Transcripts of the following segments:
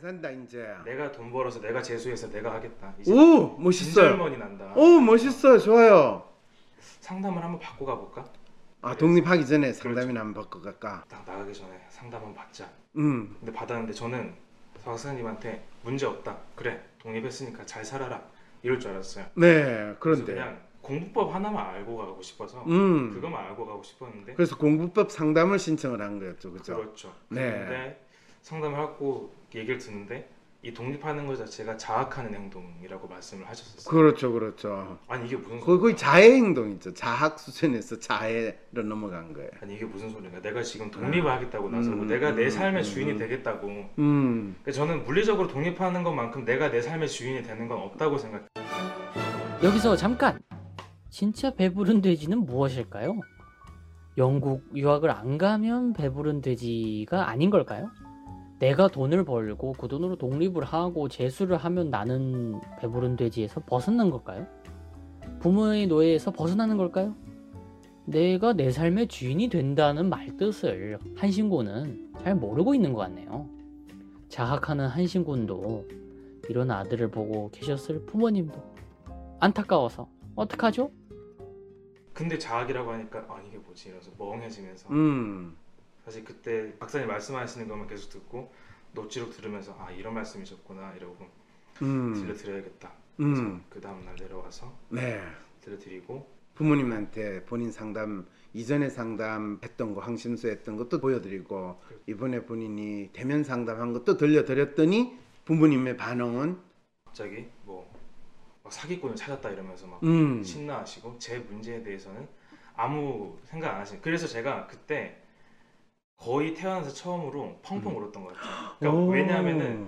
산다 이제. 내가 돈 벌어서 내가 재수해서 내가 하겠다. 이제 오 멋있어요. 진절머니 난다. 오 멋있어요. 좋아요. 상담을 한번 받고 가볼까? 네. 아 독립하기 전에 그렇죠. 상담이나 한번 받고 갈까? 딱 나가기 전에 상담 한번 받자. 음. 근데 받았는데 저는 박사님한테 문제 없다. 그래 독립했으니까 잘 살아라 이럴 줄 알았어요. 네 그래서 그런데. 그냥 공부법 하나만 알고 가고 싶어서 음. 그것만 알고 가고 싶었는데 그래서 공부법 상담을 신청을 한 거였죠, 그죠? 그렇죠. 네. 근데 상담을 하고 얘기를 듣는데 이 독립하는 것 자체가 자학하는 행동이라고 말씀을 하셨었어요. 그렇죠, 그렇죠. 아니 이게 무슨 거- 소리야? 거의 자해 행동이죠. 자학 수준에서 자해로 넘어간 거예요. 아니 이게 무슨 소리야? 내가 지금 독립을 하겠다고 나서고 음, 내가 내 삶의 음, 주인이 음. 되겠다고. 음. 그러니까 저는 물리적으로 독립하는 것만큼 내가 내 삶의 주인이 되는 건 없다고 생각. 여기서 잠깐! 진짜 배부른 돼지는 무엇일까요? 영국 유학을 안 가면 배부른 돼지가 아닌 걸까요? 내가 돈을 벌고 그 돈으로 독립을 하고 재수를 하면 나는 배부른 돼지에서 벗어난 걸까요? 부모의 노예에서 벗어나는 걸까요? 내가 내 삶의 주인이 된다는 말뜻을 한신고는 잘 모르고 있는 것 같네요. 자학하는 한신군도 이런 아들을 보고 계셨을 부모님도 안타까워서 어떡하죠? 근데 자학이라고 하니까 아 이게 뭐지 이러면서 멍해지면서 음. 사실 그때 박사님 말씀하시는 것만 계속 듣고 노치록 들으면서 아 이런 말씀이셨구나 이러고 음. 들려드려야겠다. 그래서 음. 그 다음 날 내려와서 네. 들려드리고 부모님한테 본인 상담 이전에 상담했던 거 항심수 했던 것도 보여드리고 그렇죠. 이번에 본인이 대면 상담한 것도 들려드렸더니 부모님의 반응은 갑자기 뭐 막 사기꾼을 찾았다 이러면서 막 음. 신나하시고 제 문제에 대해서는 아무 생각 안 하시는. 그래서 제가 그때 거의 태어나서 처음으로 펑펑 울었던 것 같아요. 그러니까 오. 왜냐하면은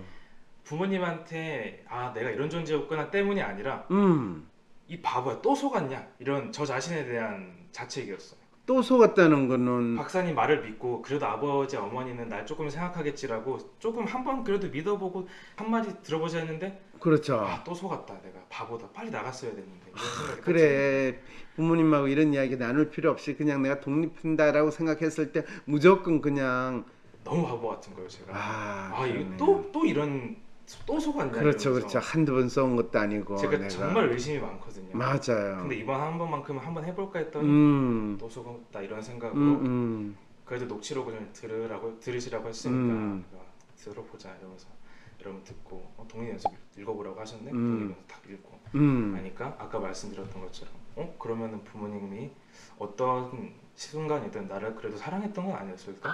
부모님한테 아 내가 이런 존재였구나 때문이 아니라 음. 이 바보야 또 속았냐 이런 저 자신에 대한 자책이었어요. 또 속았다는 거는 박사님 말을 믿고 그래도 아버지 어머니는 날 조금 생각하겠지라고 조금 한번 그래도 믿어보고 한 마디 들어보자 했는데 그렇죠. 아 또 속았다 내가 바보다 빨리 나갔어야 됐는데 이런 생각이 그래 부모님하고 이런 이야기 나눌 필요 없이 그냥 내가 독립한다라고 생각했을 때 무조건 그냥 너무 바보 같은 거예요 제가. 아, 아 이거 그러네. 또또 이런 또 속았냐 그렇죠 이러면서 그렇죠 한두 번 써온 것도 아니고 제가 내가. 정말 의심이 많거든요. 맞아요 근데 이번 한 번만큼은 한번 해볼까 했더니 음, 또 속았다 이런 음, 생각으로 음. 그래도 녹취록을 좀 들으라고 들으시라고 했으니까 음. 그거 들어보자 이러면서 여러분 듣고 어, 동의 연습 읽어보라고 하셨네 음. 동의 연습 딱 읽고 음. 하니까 그러니까 아까 말씀드렸던 것처럼 어 그러면은 부모님이 어떤 순간이든 나를 그래도 사랑했던 건 아니었을까?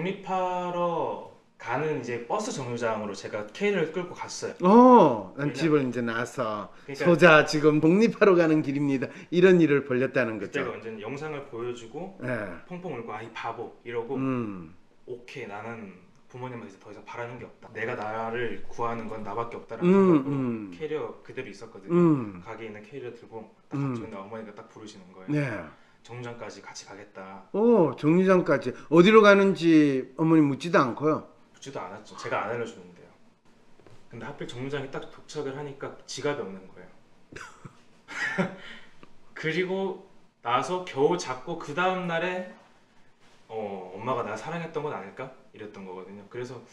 독립하러 가는 이제 버스 정류장으로 제가 K를 끌고 갔어요. 어, 난 그냥- 집을 이제 나서 그러니까 소자 지금 독립하러 가는 길입니다. 이런 일을 벌렸다는 그때가 거죠. 완전 영상을 보여주고 예. 펑펑 울고 아 이 바보 이러고 음. 오케이 나는 부모님한테 더 이상 바라는 게 없다 내가 나를 구하는 건 나밖에 음, 없다라는 생각으로 음. 캐리어 뭐 그대로 있었거든요 음. 가게에 있는 캐리어 들고 딱 음. 갑자기 나 어머니가 딱 부르시는 거예요 네. 정류장까지 같이 가겠다 오, 정류장까지 어디로 가는지 어머니 묻지도 않고요. 묻지도 않았죠 제가 안 알려주는데요 근데 하필 정류장에 딱 도착을 하니까 지갑이 없는 거예요 그리고 나서 겨우 잡고 그 다음 날에 어, 엄마가 나 사랑했던 건 아닐까 이랬던 거거든요 그래서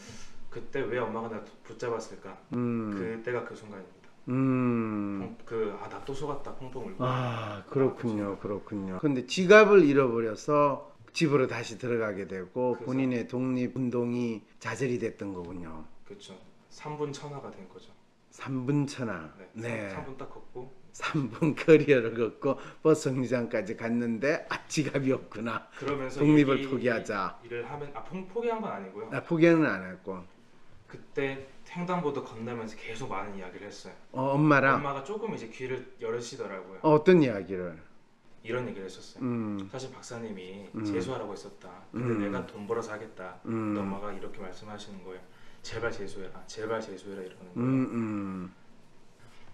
그때 왜 엄마가 나 붙잡았을까 음. 그때가 그 순간입니다. 음. 그아나 또 속았다 펑펑 울고. 아, 그렇군요. 그렇군요. 근데 지갑을 잃어버려서 집으로 다시 들어가게 되고 그래서- 본인의 독립 운동이 좌절이 됐던 거군요. 그렇죠. 3분 천하가 된 거죠. 3분 천하. 네. 네. 3분 딱 걷고 3분 커리어를 걷고 버스 정류장까지 갔는데 아 지갑이 없구나 그러면서 독립을 이- 포기하자. 일을 하면 아 포- 포기한 건 아니고요. 나 포기는 안 했고 그때 횡단보도 건너면서 계속 많은 이야기를 했어요. 어, 엄마랑 엄마가 조금 이제 귀를 열으시더라고요. 어, 떤 이야기를 이런 얘기를 했었어요. 음, 사실 박사님이 음. 재수하라고 했었다. 근데 음. 내가 돈 벌어서 하겠다. 음, 근데 음, 엄마가 이렇게 말씀하시는 거예요. 제발 재수해라. 제발 재수해라 이러는 거예요. 음,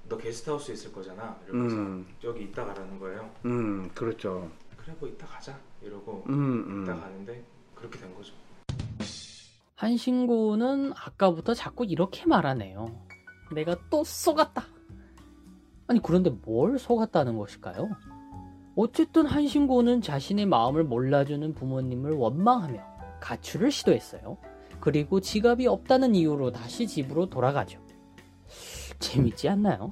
너 게스트하우스 있을 거잖아. 이러면서 음, 여기 있다 가라는 거예요. 음, 그렇죠. 그래 뭐 이따 가자 이러고 음, 이따 음, 가는데 그렇게 된 거죠. 한신구는 아까부터 자꾸 이렇게 말하네요. 내가 또 속았다. 아니, 그런데 뭘 속았다는 것일까요? 어쨌든 한신구는 자신의 마음을 몰라주는 부모님을 원망하며 가출을 시도했어요. 그리고 지갑이 없다는 이유로 다시 집으로 돌아가죠. 재밌지 않나요?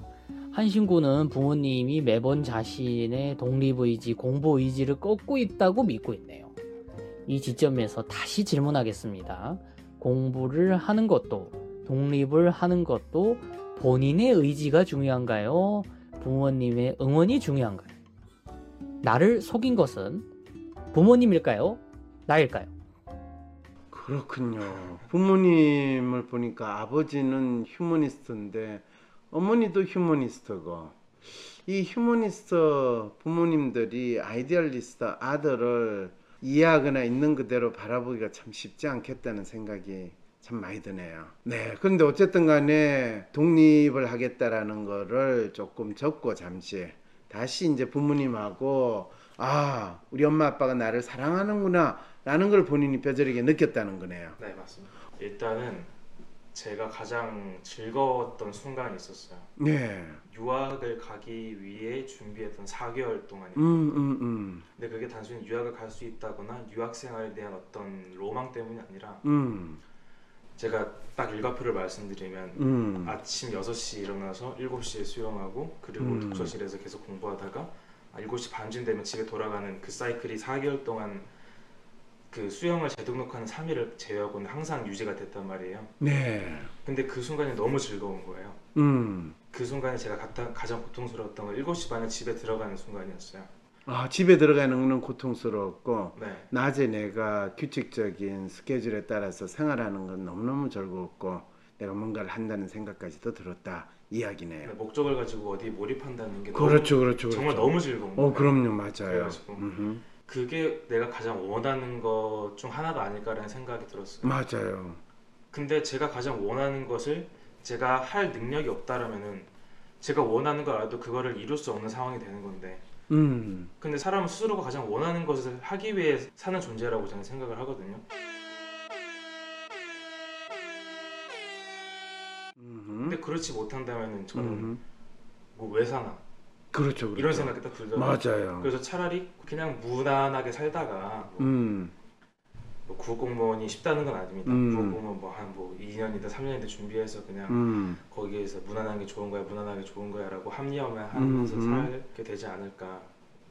한신구는 부모님이 매번 자신의 독립의지, 공부의지를 꺾고 있다고 믿고 있네요. 이 지점에서 다시 질문하겠습니다. 공부를 하는 것도, 독립을 하는 것도 본인의 의지가 중요한가요? 부모님의 응원이 중요한가요? 나를 속인 것은 부모님일까요? 나일까요? 그렇군요. 부모님을 보니까 아버지는 휴머니스트인데 어머니도 휴머니스트고 이 휴머니스트 부모님들이 아이디얼리스트 아들을 이해하거나 있는 그대로 바라보기가 참 쉽지 않겠다는 생각이 참 많이 드네요. 네. 근데 어쨌든 간에 독립을 하겠다라는 거를 조금 접고 잠시 다시 이제 부모님하고 아, 우리 엄마 아빠가 나를 사랑하는구나 라는 걸 본인이 뼈저리게 느꼈다는 거네요. 네 맞습니다. 일단은 제가 가장 즐거웠던 순간이 있었어요. 네. 유학을 가기 위해 준비했던 4개월 동안이. 음, 음, 음. 근데 그게 단순히 유학을 갈 수 있다거나 유학 생활에 대한 어떤 로망 때문이 아니라 음, 제가 딱 일과표를 말씀드리면 음. 아침 6시 일어나서 7시에 수영하고 그리고 음. 독서실에서 계속 공부하다가 아, 7시 반쯤 되면 집에 돌아가는 그 사이클이 4개월 동안 그 수영을 재등록하는 3일을 제외하고는 항상 유지가 됐단 말이에요. 네. 근데 그 순간이 너무 즐거운 거예요. 음. 그 순간에 제가 갔다- 가장 고통스러웠던 건 7시 반에 집에 들어가는 순간이었어요. 아, 집에 들어가는 거는 고통스러웠고, 네. 낮에 내가 규칙적인 스케줄에 따라서 생활하는 건 너무너무 즐거웠고, 내가 뭔가를 한다는 생각까지도 들었다. 이야기네요. 목적을 가지고 어디 몰입한다는 게 너무- 그렇죠, 그렇죠, 그렇죠. 정말 너무 즐거운 거예요. 어, 그럼요, 맞아요. 그래가지고. 음흠. 그게 내가 가장 원하는 것 중 하나가 아닐까라는 생각이 들었어요. 맞아요. 근데 제가 가장 원하는 것을 제가 할 능력이 없다라면은 제가 원하는 걸 알아도 그거를 이룰 수 없는 상황이 되는 건데 음, 근데 사람은 스스로가 가장 원하는 것을 하기 위해 사는 존재라고 저는 생각을 하거든요. 음흠. 근데 그렇지 못한다면은 저는 음흠. 뭐 왜 사나 그렇죠, 그렇죠. 이런 생각이 딱 들더라고요. 맞아요. 그래서 차라리 그냥 무난하게 살다가 뭐 음, 뭐 구공무원이 쉽다는 건 아닙니다. 음. 구공무원 뭐한뭐 2년이든 3년이든 준비해서 그냥 음. 거기에서 무난한 게 좋은 거야, 무난하게 좋은 거야라고 합리화만 음, 하면서 음. 살게 되지 않을까.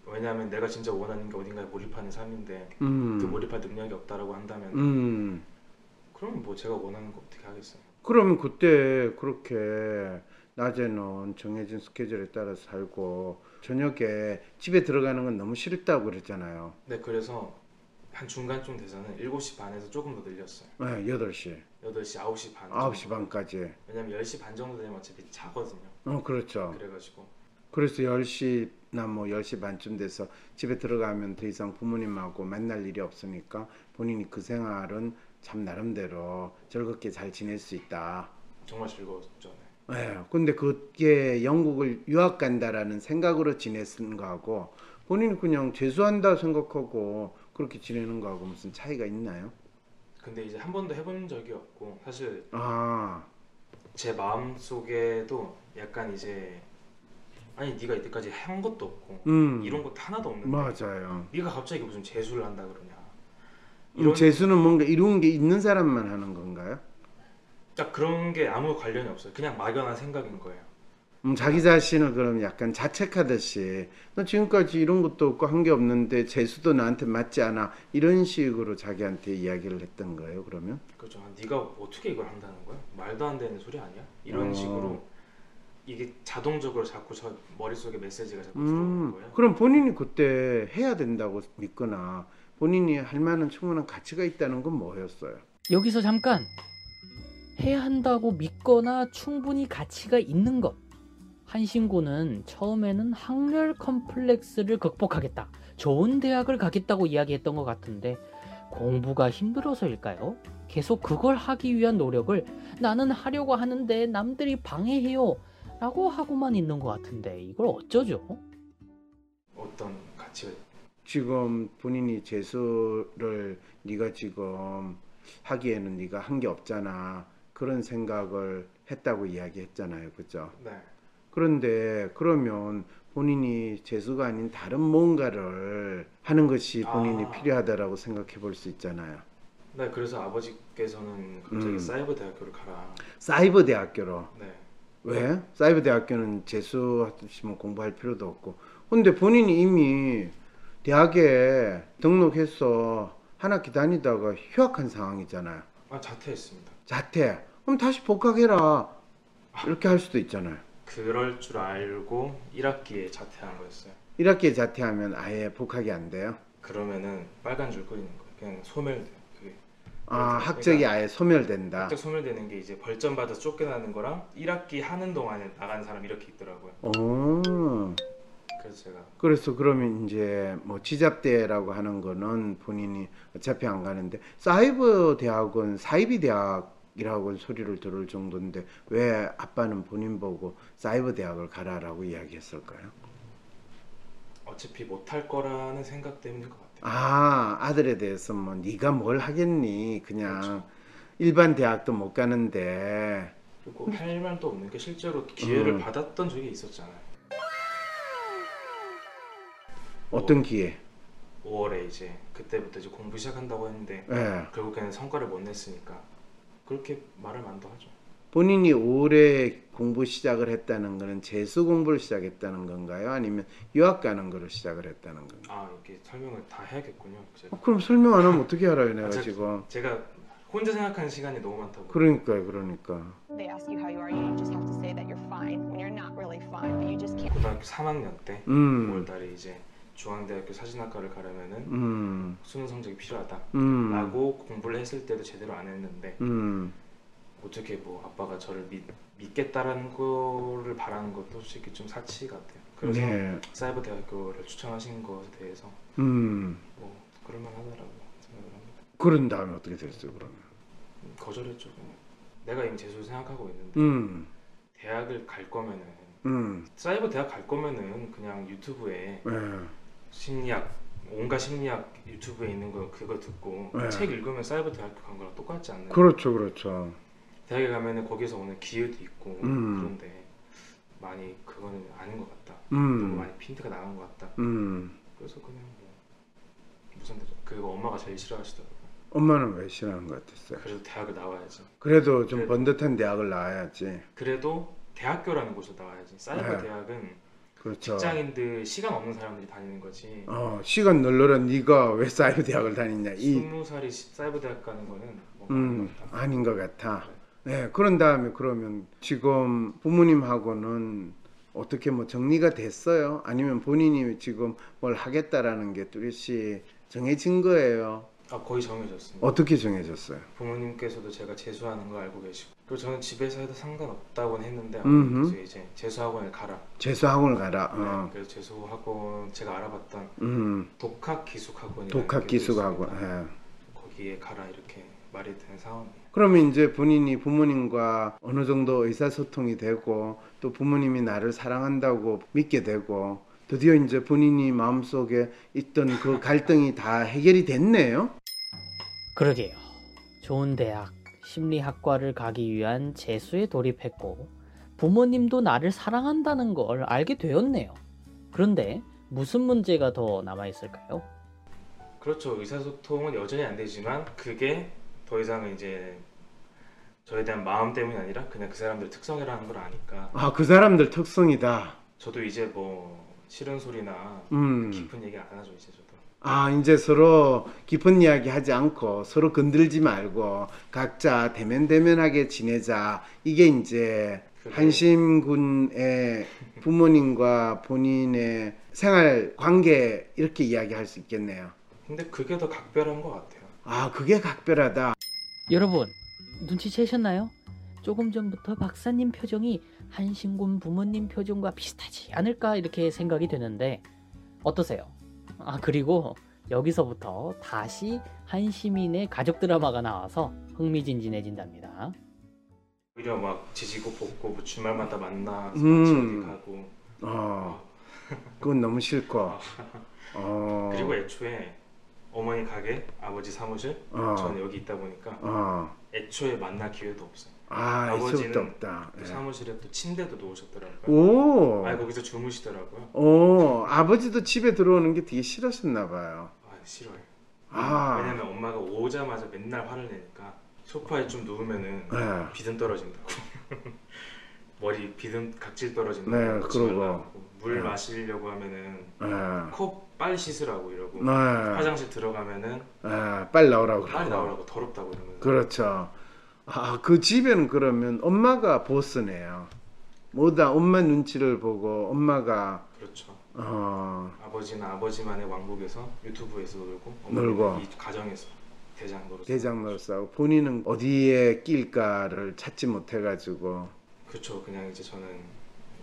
왜냐하면 내가 진짜 원하는 게 어딘가에 몰입하는 삶인데 음. 그 몰입할 능력이 없다라고 한다면 음. 그럼 뭐 제가 원하는 거 어떻게 하겠어요? 그러면 그때 그렇게 낮에는 정해진 스케줄에 따라 살고 저녁에 집에 들어가는 건 너무 싫다고 그랬잖아요. 네, 그래서 한 중간쯤 돼서는 7시 반에서 조금 더 늘렸어요. 네, 8시, 8시, 9시 반. 정도. 9시 반까지. 왜냐면 10시 반 정도 되면 어차피 차거든요. 어, 그렇죠. 그래가지고 그래서 10시나 뭐 10시 반쯤 돼서 집에 들어가면 더 이상 부모님하고 만날 일이 없으니까 본인이 그 생활은 참 나름대로 즐겁게 잘 지낼 수 있다. 정말 즐거웠죠. 네. 예, 근데 그게 영국을 유학 간다라는 생각으로 지냈은 거하고 본인이 그냥 재수한다 생각하고 그렇게 지내는 거하고 무슨 차이가 있나요? 근데 이제 한 번도 해본 적이 없고 사실 아, 제 마음 속에도 약간 이제 아니 네가 이때까지 한 것도 없고 음, 이런 것도 하나도 없는데 맞아요. 네가 갑자기 무슨 재수를 한다 그러냐 이 음, 이런- 재수는 뭔가 이룬 게 있는 사람만 하는 건가요? 딱 그런 게 아무 관련이 없어요 그냥 막연한 생각인 거예요 음, 자기 자신을 그럼 약간 자책하듯이 너 지금까지 이런 것도 없고 한 게 없는데 재수도 나한테 맞지 않아 이런 식으로 자기한테 이야기를 했던 거예요, 그러면? 그죠 아, 네가 어떻게 이걸 한다는 거야 말도 안 되는 소리 아니야 이런 어. 식으로 이게 자동적으로 자꾸 저 머릿속에 메시지가 자꾸 들어오는 음, 거예요 그럼 본인이 그때 해야 된다고 믿거나 본인이 할 만한 충분한 가치가 있다는 건 뭐였어요? 여기서 잠깐 해야 한다고 믿거나 충분히 가치가 있는 것. 한신고는 처음에는 학렬 컴플렉스를 극복하겠다. 좋은 대학을 가겠다고 이야기했던 것 같은데 공부가 힘들어서일까요? 계속 그걸 하기 위한 노력을 나는 하려고 하는데 남들이 방해해요. 라고 하고만 있는 것 같은데 이걸 어쩌죠? 어떤 가치가 지금 본인이 재수를 네가 지금 하기에는 네가 한 게 없잖아 그런 생각을 했다고 이야기했잖아요, 그죠? 네 그런데 그러면 본인이 재수가 아닌 다른 뭔가를 하는 것이 본인이 아. 필요하다라고 생각해 볼 수 있잖아요. 네, 그래서 아버지께서는 갑자기 음. 사이버 대학교를 가라. 사이버 대학교로 네. 왜? 사이버 대학교는 재수하시면 공부할 필요도 없고. 근데 본인이 이미 대학에 등록해서 한 학기 다니다가 휴학한 상황이잖아요. 아, 자퇴했습니다. 자퇴. 그럼 다시 복학해라. 이렇게 할 수도 있잖아요. 그럴 줄 알고 1학기에 자퇴한 거였어요. 1학기에 자퇴하면 아예 복학이 안 돼요. 그러면은 빨간 줄 끌리는 거예요. 그냥 소멸돼요. 그게 아, 학적이 아예 소멸된다. 갑자기 소멸되는 게 이제 벌점 받아 쫓겨나는 거랑 1학기 하는 동안에 나간 사람 이렇게 있더라고요. 오. 그래서 제가 그래서 그러면 이제 뭐 지잡대라고 하는 거는 본인이 어차피 안 가는데 사이버 대학은 사이비 대학이라고 소리를 들을 정도인데 왜 아빠는 본인 보고 사이버 대학을 가라라고 이야기했을까요? 어차피 못할 거라는 생각 때문일 것 같아요. 아 아들에 대해서 뭐 네가 뭘 하겠니 그냥 그렇죠. 일반 대학도 못 가는데 그리고 할 말도 없는 게 실제로 기회를 음. 받았던 적이 있었잖아요. 어떤 기회? 5월에 이제 그때부터 이제 공부 시작한다고 했는데 예. 결국에는 성과를 못 냈으니까 그렇게 말을 만도 하죠. 본인이 올해 공부 시작을 했다는 거는 재수 공부를 시작했다는 건가요? 아니면 유학 가는 거를 시작을 했다는 건가요? 아 이렇게 설명을 다 해야겠군요. 제가, 어, 그럼 설명 안 하면 어떻게 알아요, 내가 아, 저- 지금? 제가 혼자 생각하는 시간이 너무 많다고. 그러니까요, 그러니까. They ask you how you are, you just have to say that you're fine when you're not really fine, but you just can't. 고등학교 3학년 때 음, 5월달에 이제 중앙대학교 사진학과를 가려면은 음, 수능 성적이 필요하다라고 음, 공부를 했을 때도 제대로 안 했는데 음, 어떻게 뭐 아빠가 저를 믿, 믿겠다라는 거를 바라는 것도 솔직히 좀 사치 같아요. 그래서 네, 사이버 대학교를 추천하신 것에 대해서 음. 뭐 그럴만 하더라고 생각을 합니다. 그런 다음에 어떻게 됐어요, 그러면? 음, 거절했죠. 그냥. 내가 이미 재수를 생각하고 있는데 음, 대학을 갈 거면은 음, 사이버 대학 갈 거면은 그냥 유튜브에 예, 심리학 온갖 심리학 유튜브에 있는 거 그거 듣고 네. 책 읽으면 사이버 대학교 간 거랑 똑같지 않나요? 그렇죠, 그렇죠. 대학에 가면은 거기서 오는 기회도 있고 음. 그런데 많이 그거는 아닌 것 같다. 너무 음, 많이 핀트가 나간 것 같다. 음. 그래서 그냥 뭐 무슨 대죠 그거 엄마가 제일 싫어하시더라고요. 엄마는 왜 싫어하는 것 같았어요? 그래도 대학을 나와야지. 그래도 좀 그래도- 번듯한 대학을 나와야지. 그래도 대학교라는 곳을 나와야지. 사이버 네. 대학은 그렇죠. 직장인들 시간 없는 사람들이 다니는 거지. 어, 시간 널널한 네가 왜 사이버 대학을 다니냐, 이, 스무 살이 시- 사이버 대학 가는 거는 뭐 음, 아닌 것 같다. 아닌 것 같아. 네, 그런 다음에 그러면 지금 부모님하고는 어떻게 뭐 정리가 됐어요? 아니면 본인이 지금 뭘 하겠다라는 게 뚜렷이 정해진 거예요? 아 거의 정해졌습니다. 어떻게 정해졌어요? 부모님께서도 제가 재수하는 걸 알고 계시고 그리고 저는 집에서 해도 상관없다고는 했는데 음흠. 그래서 이제 재수학원을 가라 재수학원을 가라. 네, 어. 그래서 재수학원 제가 알아봤던 음, 독학기숙학원이 독학기숙학원. 예. 거기에 가라 이렇게 말이 된 상황이에요 그러면 이제 본인이 부모님과 어느 정도 의사소통이 되고 또 부모님이 나를 사랑한다고 믿게 되고 드디어 이제 본인이 마음속에 있던 그 갈등이 다 해결이 됐네요. 그러게요. 좋은 대학, 심리학과를 가기 위한 재수에 돌입했고, 부모님도 나를 사랑한다는 걸 알게 되었네요. 그런데 무슨 문제가 더 남아있을까요? 그렇죠 의사소통은 여전히 안 되지만 그게 더 이상은 이제 저에 대한 마음 때문이 아니라 그냥 그 사람들 특성이라는 걸 아니까 아, 그 사람들 특성이다. 저도 이제 뭐 싫은 소리나 음. 깊은 얘기 안 하죠 이제 저도 아, 이제 서로 깊은 이야기 하지 않고 서로 건들지 말고 각자 대면대면하게 지내자. 이게 이제 그게- 한심군의 부모님과 본인의 생활 관계 이렇게 이야기할 수 있겠네요. 근데 그게 더 각별한 것 같아요 아, 그게 각별하다. 여러분, 눈치채셨나요? 조금 전부터 박사님 표정이 한신군 부모님 표정과 비슷하지 않을까 이렇게 생각이 되는데 어떠세요? 아 그리고 여기서부터 다시 한시민의 가족 드라마가 나와서 흥미진진해진답니다. 오히려 막 지지고 볶고 뭐 주말마다 만나서 같이 음. 어디 가고 어, 그건 너무 싫고. 어, 그리고 애초에 어머니 가게 아버지 사무실 어, 저는 여기 있다 보니까 어, 애초에 만날 기회도 없어요 아, 있을 수도 아버지는 없다. 그 예. 사무실에 또 침대도 놓으셨더라고요 오. 아니 거기서 주무시더라고요 어, 오, 아버지도 집에 들어오는 게 되게 싫으셨나 봐요. 아 싫어요 아, 왜냐면 엄마가 오자마자 맨날 화를 내니까 소파에 좀 누우면은 네. 비듬 떨어진다고 머리 비듬 각질 떨어진다고 네, 그러지 그러고. 말라고. 물 네. 마시려고 하면은 예, 코 빨리 씻으라고 이러고 네, 화장실 들어가면은 예, 빨리 나오라고 빨리 그러고. 나오라고 더럽다고 이러면서 그렇죠. 아, 그 집에는 그러면 엄마가 보스네요. 뭐다 엄마 눈치를 보고 엄마가 그렇죠 어, 아버지는 아버지만의 왕국에서 유튜브에서 놀고 놀고. 어머니는 이 가정에서 대장 노릇 대장로서 본인은 어디에 낄까를 찾지 못해가지고 그렇죠 그냥 이제 저는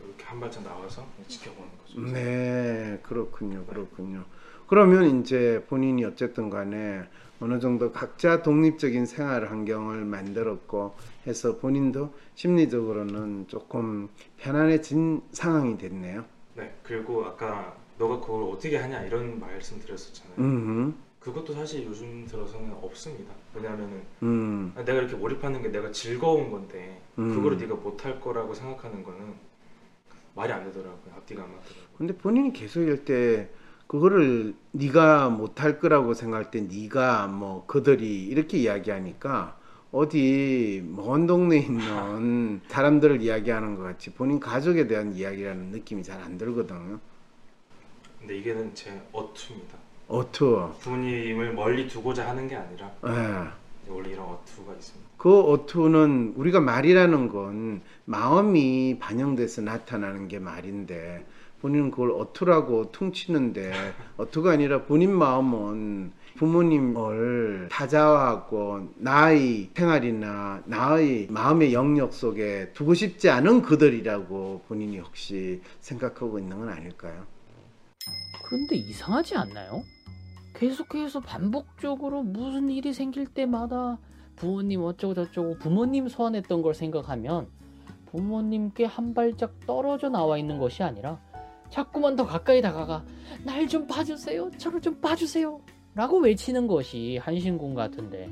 이렇게 한 발짝 나와서 지켜보는 거죠 네, 그렇군요, 그렇군요. 그러면 이제 본인이 어쨌든 간에 어느 정도 각자 독립적인 생활 환경을 만들었고 해서 본인도 심리적으로는 조금 편안해진 상황이 됐네요. 네 그리고 아까 너가 그걸 어떻게 하냐 이런 말씀 드렸었잖아요 음, 그것도 사실 요즘 들어서는 없습니다 왜냐면은 음, 내가 이렇게 몰입하는 게 내가 즐거운 건데 음. 그거를 네가 못할 거라고 생각하는 거는 말이 안 되더라고요 앞뒤가 안 맞더라고요 근데 본인이 계속 할때 그거를 네가 못할 거라고 생각할 때 네가 뭐 그들이 이렇게 이야기하니까 어디 먼 동네에 있는 사람들을 이야기하는 것 같이 본인 가족에 대한 이야기라는 느낌이 잘 안 들거든요. 근데 이게는 제 어투입니다 어투. 부모님을 멀리 두고자 하는 게 아니라 예. 원래 이런 어투가 있습니다. 그 어투는 우리가 말이라는 건 마음이 반영돼서 나타나는 게 말인데 본인은 그걸 어투라고 퉁치는데 어투가 아니라 본인 마음은 부모님을 타자화하고 나의 생활이나 나의 마음의 영역 속에 두고 싶지 않은 그들이라고 본인이 혹시 생각하고 있는 건 아닐까요? 그런데 이상하지 않나요? 계속해서 반복적으로 무슨 일이 생길 때마다 부모님 어쩌고 저쩌고 부모님 소환했던 걸 생각하면 부모님께 한 발짝 떨어져 나와 있는 것이 아니라 자꾸만 더 가까이 다가가 날 좀 봐주세요 저를 좀 봐주세요 라고 외치는 것이 한신공 같은데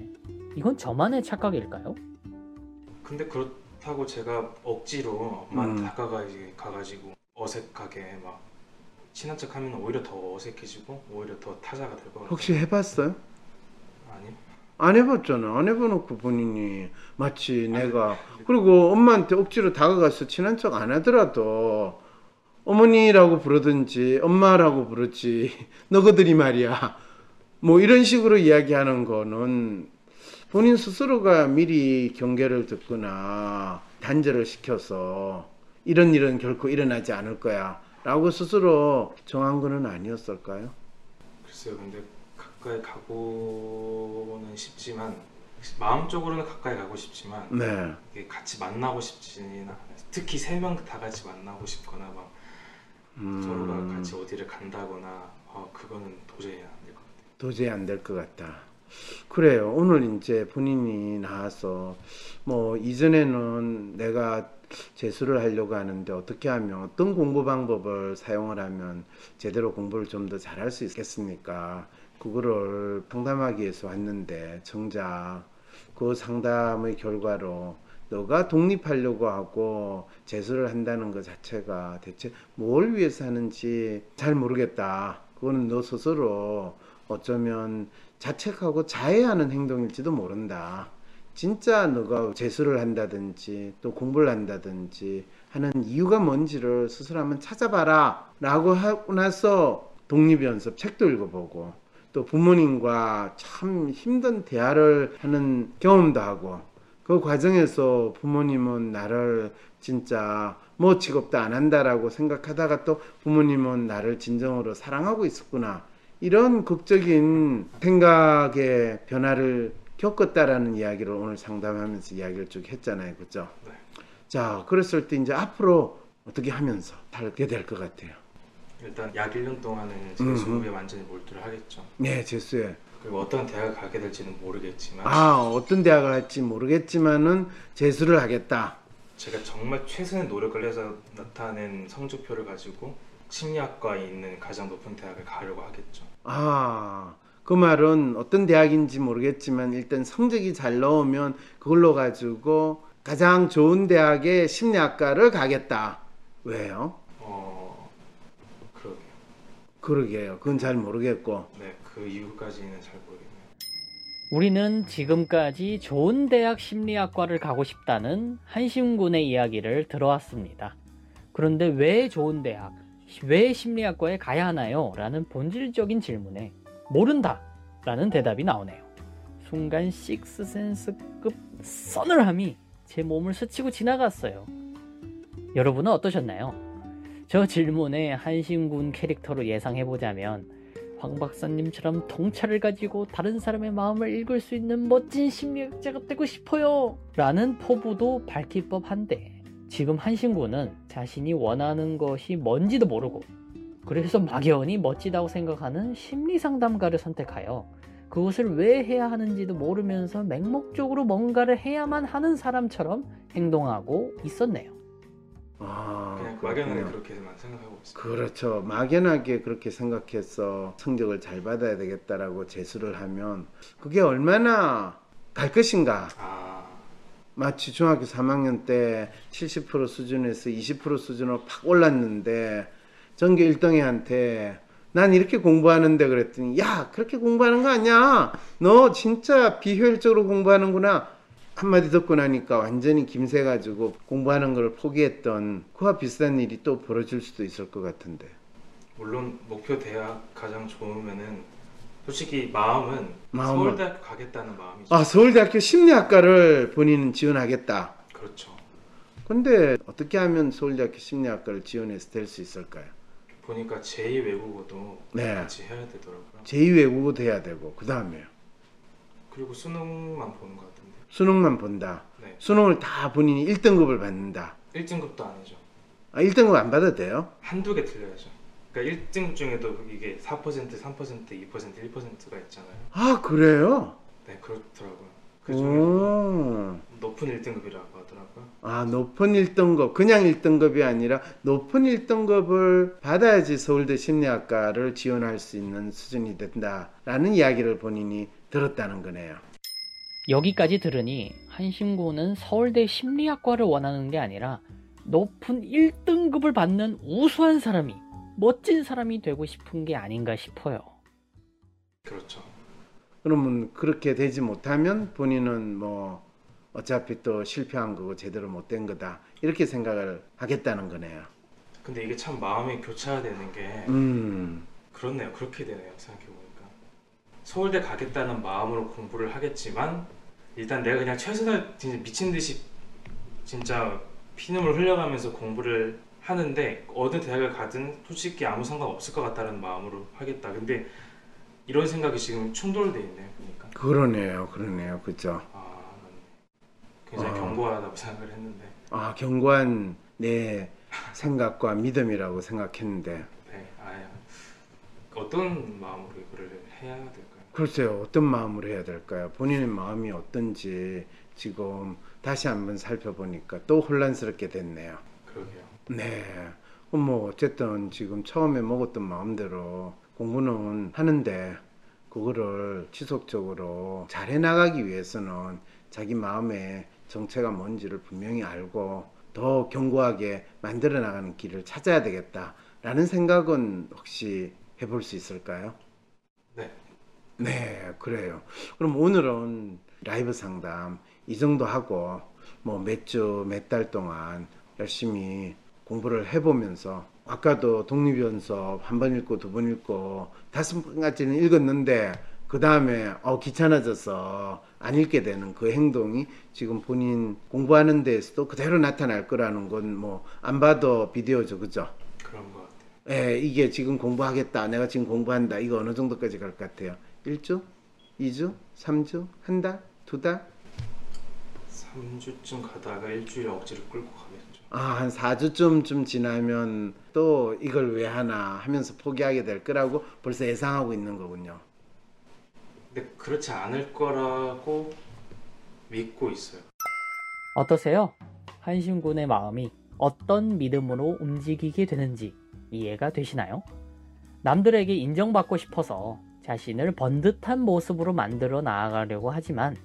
이건 저만의 착각일까요? 근데 그렇다고 제가 억지로 엄마한테 음. 다가가 가가지고 어색하게 막 친한 척하면 오히려 더 어색해지고 오히려 더 타자가 될 것 같아요. 혹시 해봤어요? 아니 안 해봤잖아. 안 해봐놓고 본인이 마치 내가 그리고 엄마한테 억지로 다가가서 친한 척 안 하더라도 어머니라고 부르든지 엄마라고 부르지 너거들이 말이야. 뭐 이런 식으로 이야기하는 거는 본인 스스로가 미리 경계를 듣거나 단절을 시켜서 이런 일은 결코 일어나지 않을 거야. 라고 스스로 정한 거는 아니었을까요? 글쎄요. 근데 가까이 가고는 싶지만 마음적으로는 가까이 가고 싶지만 네. 이게 같이 만나고 싶지는 않아요. 특히 세 명 다 같이 만나고 싶거나 막 음. 서로가 같이 어디를 간다거나 아, 그거는 도저히 안 될 것 같아요. 도저히 안 될 것 같다. 그래요. 오늘 이제 본인이 나와서 뭐 이전에는 내가 재수를 하려고 하는데 어떻게 하면 어떤 공부 방법을 사용을 하면 제대로 공부를 좀 더 잘할 수 있겠습니까? 그거를 상담하기 위해서 왔는데 정작 그 상담의 결과로 너가 독립하려고 하고 재수를 한다는 것 자체가 대체 뭘 위해서 하는지 잘 모르겠다. 그거는 너 스스로 어쩌면 자책하고 자해하는 행동일지도 모른다. 진짜 너가 재수를 한다든지 또 공부를 한다든지 하는 이유가 뭔지를 스스로 한번 찾아봐라 라고 하고 나서 독립연습 책도 읽어보고 또 부모님과 참 힘든 대화를 하는 경험도 하고 그 과정에서 부모님은 나를 진짜 뭐 직업도 안 한다라고 생각하다가 또 부모님은 나를 진정으로 사랑하고 있었구나 이런 극적인 생각의 변화를 겪었다라는 이야기를 오늘 상담하면서 이야기를 쭉 했잖아요 그죠 네. 자 그랬을 때 이제 앞으로 어떻게 하면서 살게 될 것 같아요 일단 약 1년 동안은 제 음. 수업에 완전히 몰두를 하겠죠. 네 재수에 그리고 어떤 대학을 가게 될지는 모르겠지만 아 어떤 대학을 할지 모르겠지만은 재수를 하겠다 제가 정말 최선의 노력을 해서 나타낸 성적표를 가지고 심리학과에 있는 가장 높은 대학을 가려고 하겠죠. 아, 그 말은 어떤 대학인지 모르겠지만 일단 성적이 잘 나오면 그걸로 가지고 가장 좋은 대학의 심리학과를 가겠다. 왜요? 어 그러게요. 그러게요. 그건 잘 모르겠고. 네, 그 그 이후까지는 잘 모르겠네요. 우리는 지금까지 좋은 대학 심리학과를 가고 싶다는 한심군의 이야기를 들어왔습니다. 그런데 왜 좋은 대학, 왜 심리학과에 가야 하나요? 라는 본질적인 질문에 모른다! 라는 대답이 나오네요. 순간 식스센스급 서늘함이 제 몸을 스치고 지나갔어요. 여러분은 어떠셨나요? 저 질문에 한심군 캐릭터로 예상해보자면 황 박사님처럼 통찰을 가지고 다른 사람의 마음을 읽을 수 있는 멋진 심리학자가 되고 싶어요! 라는 포부도 밝힐 법한데, 지금 한신구는 자신이 원하는 것이 뭔지도 모르고, 그래서 막연히 멋지다고 생각하는 심리 상담가를 선택하여, 그것을 왜 해야 하는지도 모르면서 맹목적으로 뭔가를 해야만 하는 사람처럼 행동하고 있었네요. 아, 그냥 막연하게 그렇군요. 그렇게만 생각하고 있어요. 그렇죠. 막연하게 그렇게 생각해서 성적을 잘 받아야 되겠다라고 재수를 하면 그게 얼마나 갈 것인가. 아, 마치 중학교 3학년 때 70% 수준에서 20% 수준으로 팍 올랐는데 전교 1등이한테 난 이렇게 공부하는데 그랬더니 야 그렇게 공부하는 거 아니야 너 진짜 비효율적으로 공부하는구나 한마디 듣고 나니까 완전히 김새 가지고 공부하는 걸 포기했던 그와 비슷한 일이 또 벌어질 수도 있을 것 같은데 물론 목표 대학 가장 좋으면은 솔직히 마음은 마음은- 서울대학교 가겠다는 마음이죠. 아 서울대학교 심리학과를 본인은 지원하겠다 그렇죠. 근데 어떻게 하면 서울대학교 심리학과를 지원해서 될 수 있을까요? 보니까 제2 외국어도 네. 같이 해야 되더라고요. 제2외국어도 해야 되고 그 다음에요. 그리고 수능만 보는 것 같은데. 수능만 본다. 네. 수능을 다 본인이 1등급을 받는다. 1등급도 아니죠. 아, 1등급 안 받아도 돼요? 한두 개 틀려야죠. 그러니까 1등급 중에도 이게 4%, 3%, 2%, 1%가 있잖아요. 아 그래요? 네, 그렇더라고요. 그 중에 오. 높은 1등급이라고 하더라고요. 아 높은 1등급 그냥 1등급이 아니라 높은 1등급을 받아야지 서울대 심리학과를 지원할 수 있는 수준이 된다라는 이야기를 본인이 들었다는 거네요. 여기까지 들으니 한신고는 서울대 심리학과를 원하는 게 아니라 높은 1등급을 받는 우수한 사람이 멋진 사람이 되고 싶은 게 아닌가 싶어요. 그렇죠. 그러면 그렇게 되지 못하면 본인은 뭐 어차피 또 실패한 거고 제대로 못 된 거다 이렇게 생각을 하겠다는 거네요. 근데 이게 참 마음이 교차되는 게 음. 그렇네요. 그렇게 되네요. 생각해 보니까 서울대 가겠다는 마음으로 공부를 하겠지만 일단 내가 그냥 최선을 진짜 미친 듯이 진짜 피눈물 흘려가면서 공부를 하는데 어느 대학을 가든 솔직히 아무 상관 없을 것 같다는 마음으로 하겠다. 근데 이런 생각이 지금 충돌돼 있네요. 보니까 그러네요, 그러네요, 그죠. 아 맞네. 굉장히 아. 견고하다고 생각을 했는데 아 견고한 내 생각과 믿음이라고 생각했는데 네, 아예 어떤 마음으로 이거를 해야 될까요? 글쎄요 어떤 마음으로 해야 될까요? 본인의 마음이 어떤지 지금 다시 한번 살펴보니까 또 혼란스럽게 됐네요. 그러게요. 네, 그럼 뭐 어쨌든 지금 처음에 먹었던 마음대로 공부는 하는데 그거를 지속적으로 잘 해나가기 위해서는 자기 마음의 정체가 뭔지를 분명히 알고 더 견고하게 만들어 나가는 길을 찾아야 되겠다라는 생각은 혹시 해볼 수 있을까요? 네. 네, 그래요. 그럼 오늘은 라이브 상담 이 정도 하고 뭐 몇 주, 몇 달 동안 열심히 공부를 해보면서 아까도 독립연습 한 번 읽고 두 번 읽고 다섯 번까지는 읽었는데 그 다음에 어 귀찮아져서 안 읽게 되는 그 행동이 지금 본인 공부하는 데에서도 그대로 나타날 거라는 건 뭐 안 봐도 비디오죠, 그죠? 그런 것 같아요. 예, 이게 지금 공부하겠다. 내가 지금 공부한다. 이거 어느 정도까지 갈 것 같아요? 1주? 2주? 3주? 한 달? 두 달? 3주쯤 가다가 일주일에 억지로 끌고 가겠죠. 아, 한 4주쯤 좀 지나면 또 이걸 왜 하나 하면서 포기하게 될 거라고 벌써 예상하고 있는 거군요. 근데 그렇지 않을 거라고 믿고 있어요. 어떠세요? 한신군의 마음이 어떤 믿음으로 움직이게 되는지 이해가 되시나요? 남들에게 인정받고 싶어서 자신을 번듯한 모습으로 만들어 나아가려고 하지만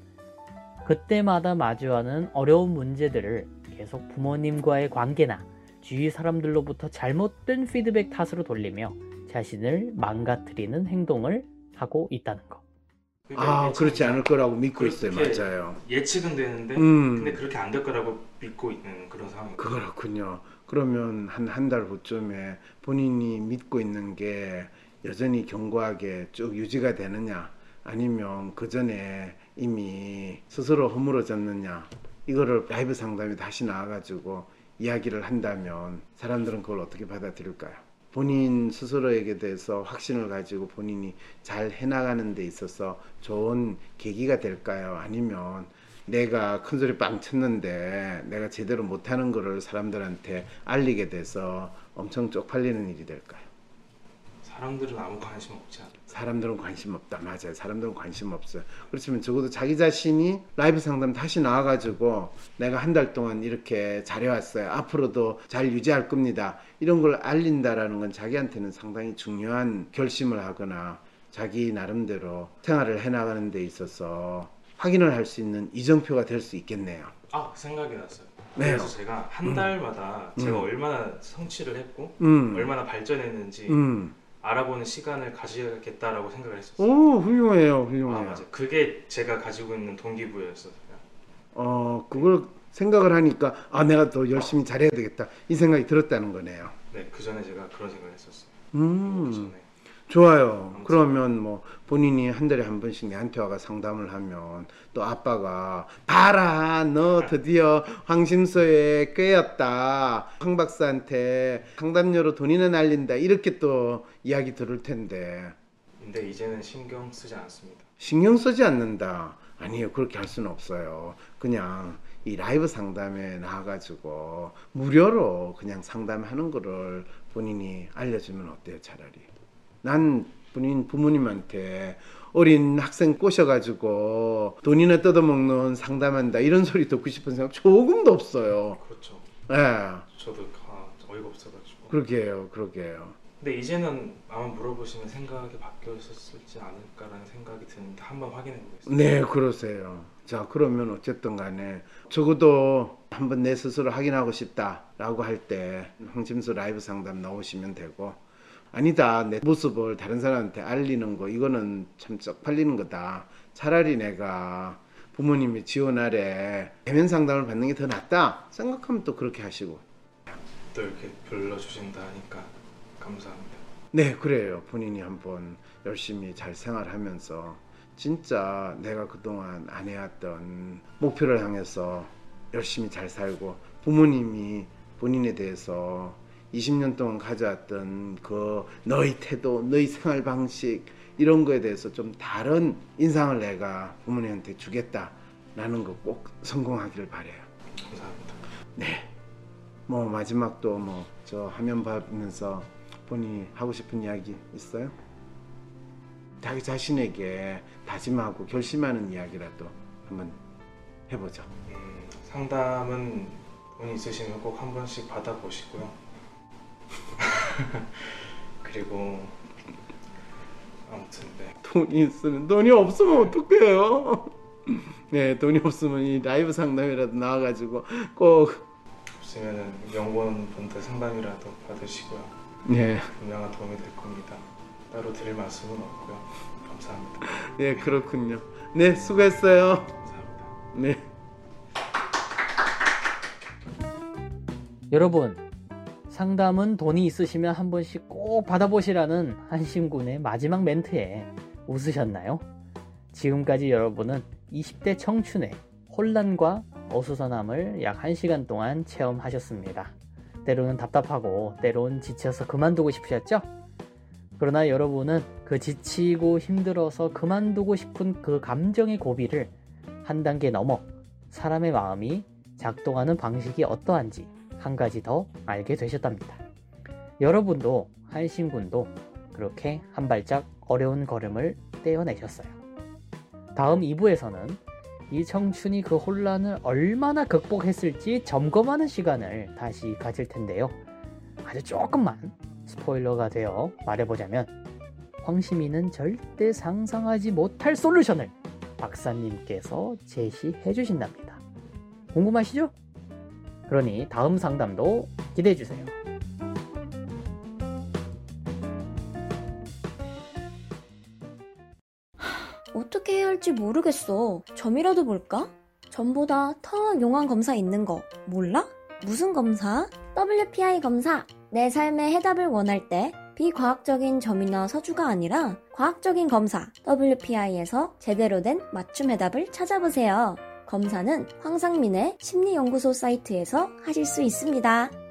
그때마다 마주하는 어려운 문제들을 계속 부모님과의 관계나 주위 사람들로부터 잘못된 피드백 탓으로 돌리며 자신을 망가뜨리는 행동을 하고 있다는 거. 그러니까 아 이게 참 그렇지 않을 거라고 믿고 있어요. 그렇게- 맞아요. 예측은 되는데 음 근데 그렇게 안 될 거라고 믿고 있는 그런 상황이에요. 그렇군요. 그러면 한 한 달 후쯤에 본인이 믿고 있는 게 여전히 견고하게 쭉 유지가 되느냐 아니면 그 전에 이미 스스로 허물어졌느냐 이거를 라이브 상담에 다시 나와가지고 이야기를 한다면 사람들은 그걸 어떻게 받아들일까요? 본인 스스로에게 대해서 확신을 가지고 본인이 잘 해나가는 데 있어서 좋은 계기가 될까요? 아니면 내가 큰 소리 빵 쳤는데 내가 제대로 못하는 거를 사람들한테 알리게 돼서 엄청 쪽팔리는 일이 될까요? 사람들은 아무 관심 없지 않아요. 사람들은 관심 없다. 맞아요. 사람들은 관심 없어요. 그렇지만 적어도 자기 자신이 라이브 상담 다시 나와가지고 내가 한 달 동안 이렇게 잘해왔어요. 앞으로도 잘 유지할 겁니다. 이런 걸 알린다라는 건 자기한테는 상당히 중요한 결심을 하거나 자기 나름대로 생활을 해나가는 데 있어서 확인을 할 수 있는 이정표가 될 수 있겠네요. 아 생각이 났어요. 왜요? 그래서 제가 한 달마다 제가 얼마나 성취를 했고 음. 얼마나 발전했는지 음. 알아보는 시간을 가지겠다라고 생각을 했었어요. 오, 훌륭해요. 아 훌륭해요. 맞아. 그게 제가 가지고 있는 동기부여였어요. 어, 그걸 생각을 하니까 아, 내가 더 열심히 잘해야 되겠다. 이 생각이 들었다는 거네요. 네, 그 전에 제가 그런 생각을 했었어요. 그 음. 전에 좋아요. 아무튼. 그러면 뭐 본인이 한 달에 한 번씩 내한테 와가 상담을 하면 또 아빠가 봐라 너 드디어 황심소에 꿰였다. 황 박사한테 상담료로 돈이나 날린다. 이렇게 또 이야기 들을 텐데 근데 이제는 신경 쓰지 않습니다. 신경 쓰지 않는다. 아니요, 그렇게 할 수는 없어요. 그냥 이 라이브 상담에 나와가지고 무료로 그냥 상담하는 거를 본인이 알려주면 어때요, 차라리? 난 본인 부모님한테 어린 학생 꼬셔가지고 돈이나 뜯어먹는 상담한다 이런 소리 듣고 싶은 생각 조금도 없어요. 그렇죠. 예, 저도 아, 어이가 없어가지고. 그러게요, 그러게요. 근데 이제는 아마 물어보시면 생각이 바뀌었을지 않을까라는 생각이 드는데 한번 확인해 보겠습니다. 네, 그러세요. 자, 그러면 어쨌든 간에 적어도 한번 내 스스로 확인하고 싶다라고 할 때 황심수 라이브 상담 나오시면 되고 아니다, 내 모습을 다른 사람한테 알리는 거 이거는 참 쪽팔리는 거다. 차라리 내가 부모님이 지원 아래 대면 상담을 받는 게 더 낫다 생각하면 또 그렇게 하시고 또 이렇게 불러주신다 하니까 감사합니다. 네, 그래요. 본인이 한번 열심히 잘 생활하면서 진짜 내가 그동안 안 해왔던 목표를 향해서 열심히 잘 살고 부모님이 본인에 대해서 20년 동안 가져왔던 그 너의 태도, 너의 생활 방식 이런 거에 대해서 좀 다른 인상을 내가 부모님한테 주겠다라는 거 꼭 성공하기를 바래요. 감사합니다. 뭐 마지막도 뭐 저 화면 보면서 본인이 하고 싶은 이야기 있어요? 자기 자신에게 다짐하고 결심하는 이야기라도 한번 해보죠. 음, 상담은 돈 있으시면 꼭 한 번씩 받아보시고요. 그리고 아무튼 네. 돈이 있으면 돈이 없으면 어떡해요? 네, 돈이 없으면 이 라이브 상담이라도 나와가지고 꼭 없으면은 연구원 분들 상담이라도 받으시고요. 네, 분명한 도움이 될 겁니다. 따로 드릴 말씀은 없고요. 감사합니다. 네 그렇군요. 네, 수고했어요. 감사합니다. 네. 여러분, 상담은 돈이 있으시면 한 번씩 꼭 받아보시라는 한심군의 마지막 멘트에 웃으셨나요? 지금까지 여러분은 20대 청춘의 혼란과 어수선함을 약 1시간 동안 체험하셨습니다. 때로는 답답하고 때로는 지쳐서 그만두고 싶으셨죠? 그러나 여러분은 그 지치고 힘들어서 그만두고 싶은 그 감정의 고비를 한 단계 넘어 사람의 마음이 작동하는 방식이 어떠한지 한 가지 더 알게 되셨답니다. 여러분도 한신군도 그렇게 한 발짝 어려운 걸음을 떼어내셨어요. 다음 2부에서는 이 청춘이 그 혼란을 얼마나 극복했을지 점검하는 시간을 다시 가질 텐데요. 아주 조금만 스포일러가 되어 말해보자면 황시민은 절대 상상하지 못할 솔루션을 박사님께서 제시해 주신답니다. 궁금하시죠? 그러니 다음 상담도 기대해 주세요. 어떻게 해야 할지 모르겠어. 점이라도 볼까? 전보다 터 용암 검사 있는 거 몰라? 무슨 검사? WPI 검사. 내 삶의 해답을 원할 때 비과학적인 점이나 서주가 아니라 과학적인 검사 WPI에서 제대로 된 맞춤 해답을 찾아보세요. 검사는 황상민의 심리연구소 사이트에서 하실 수 있습니다.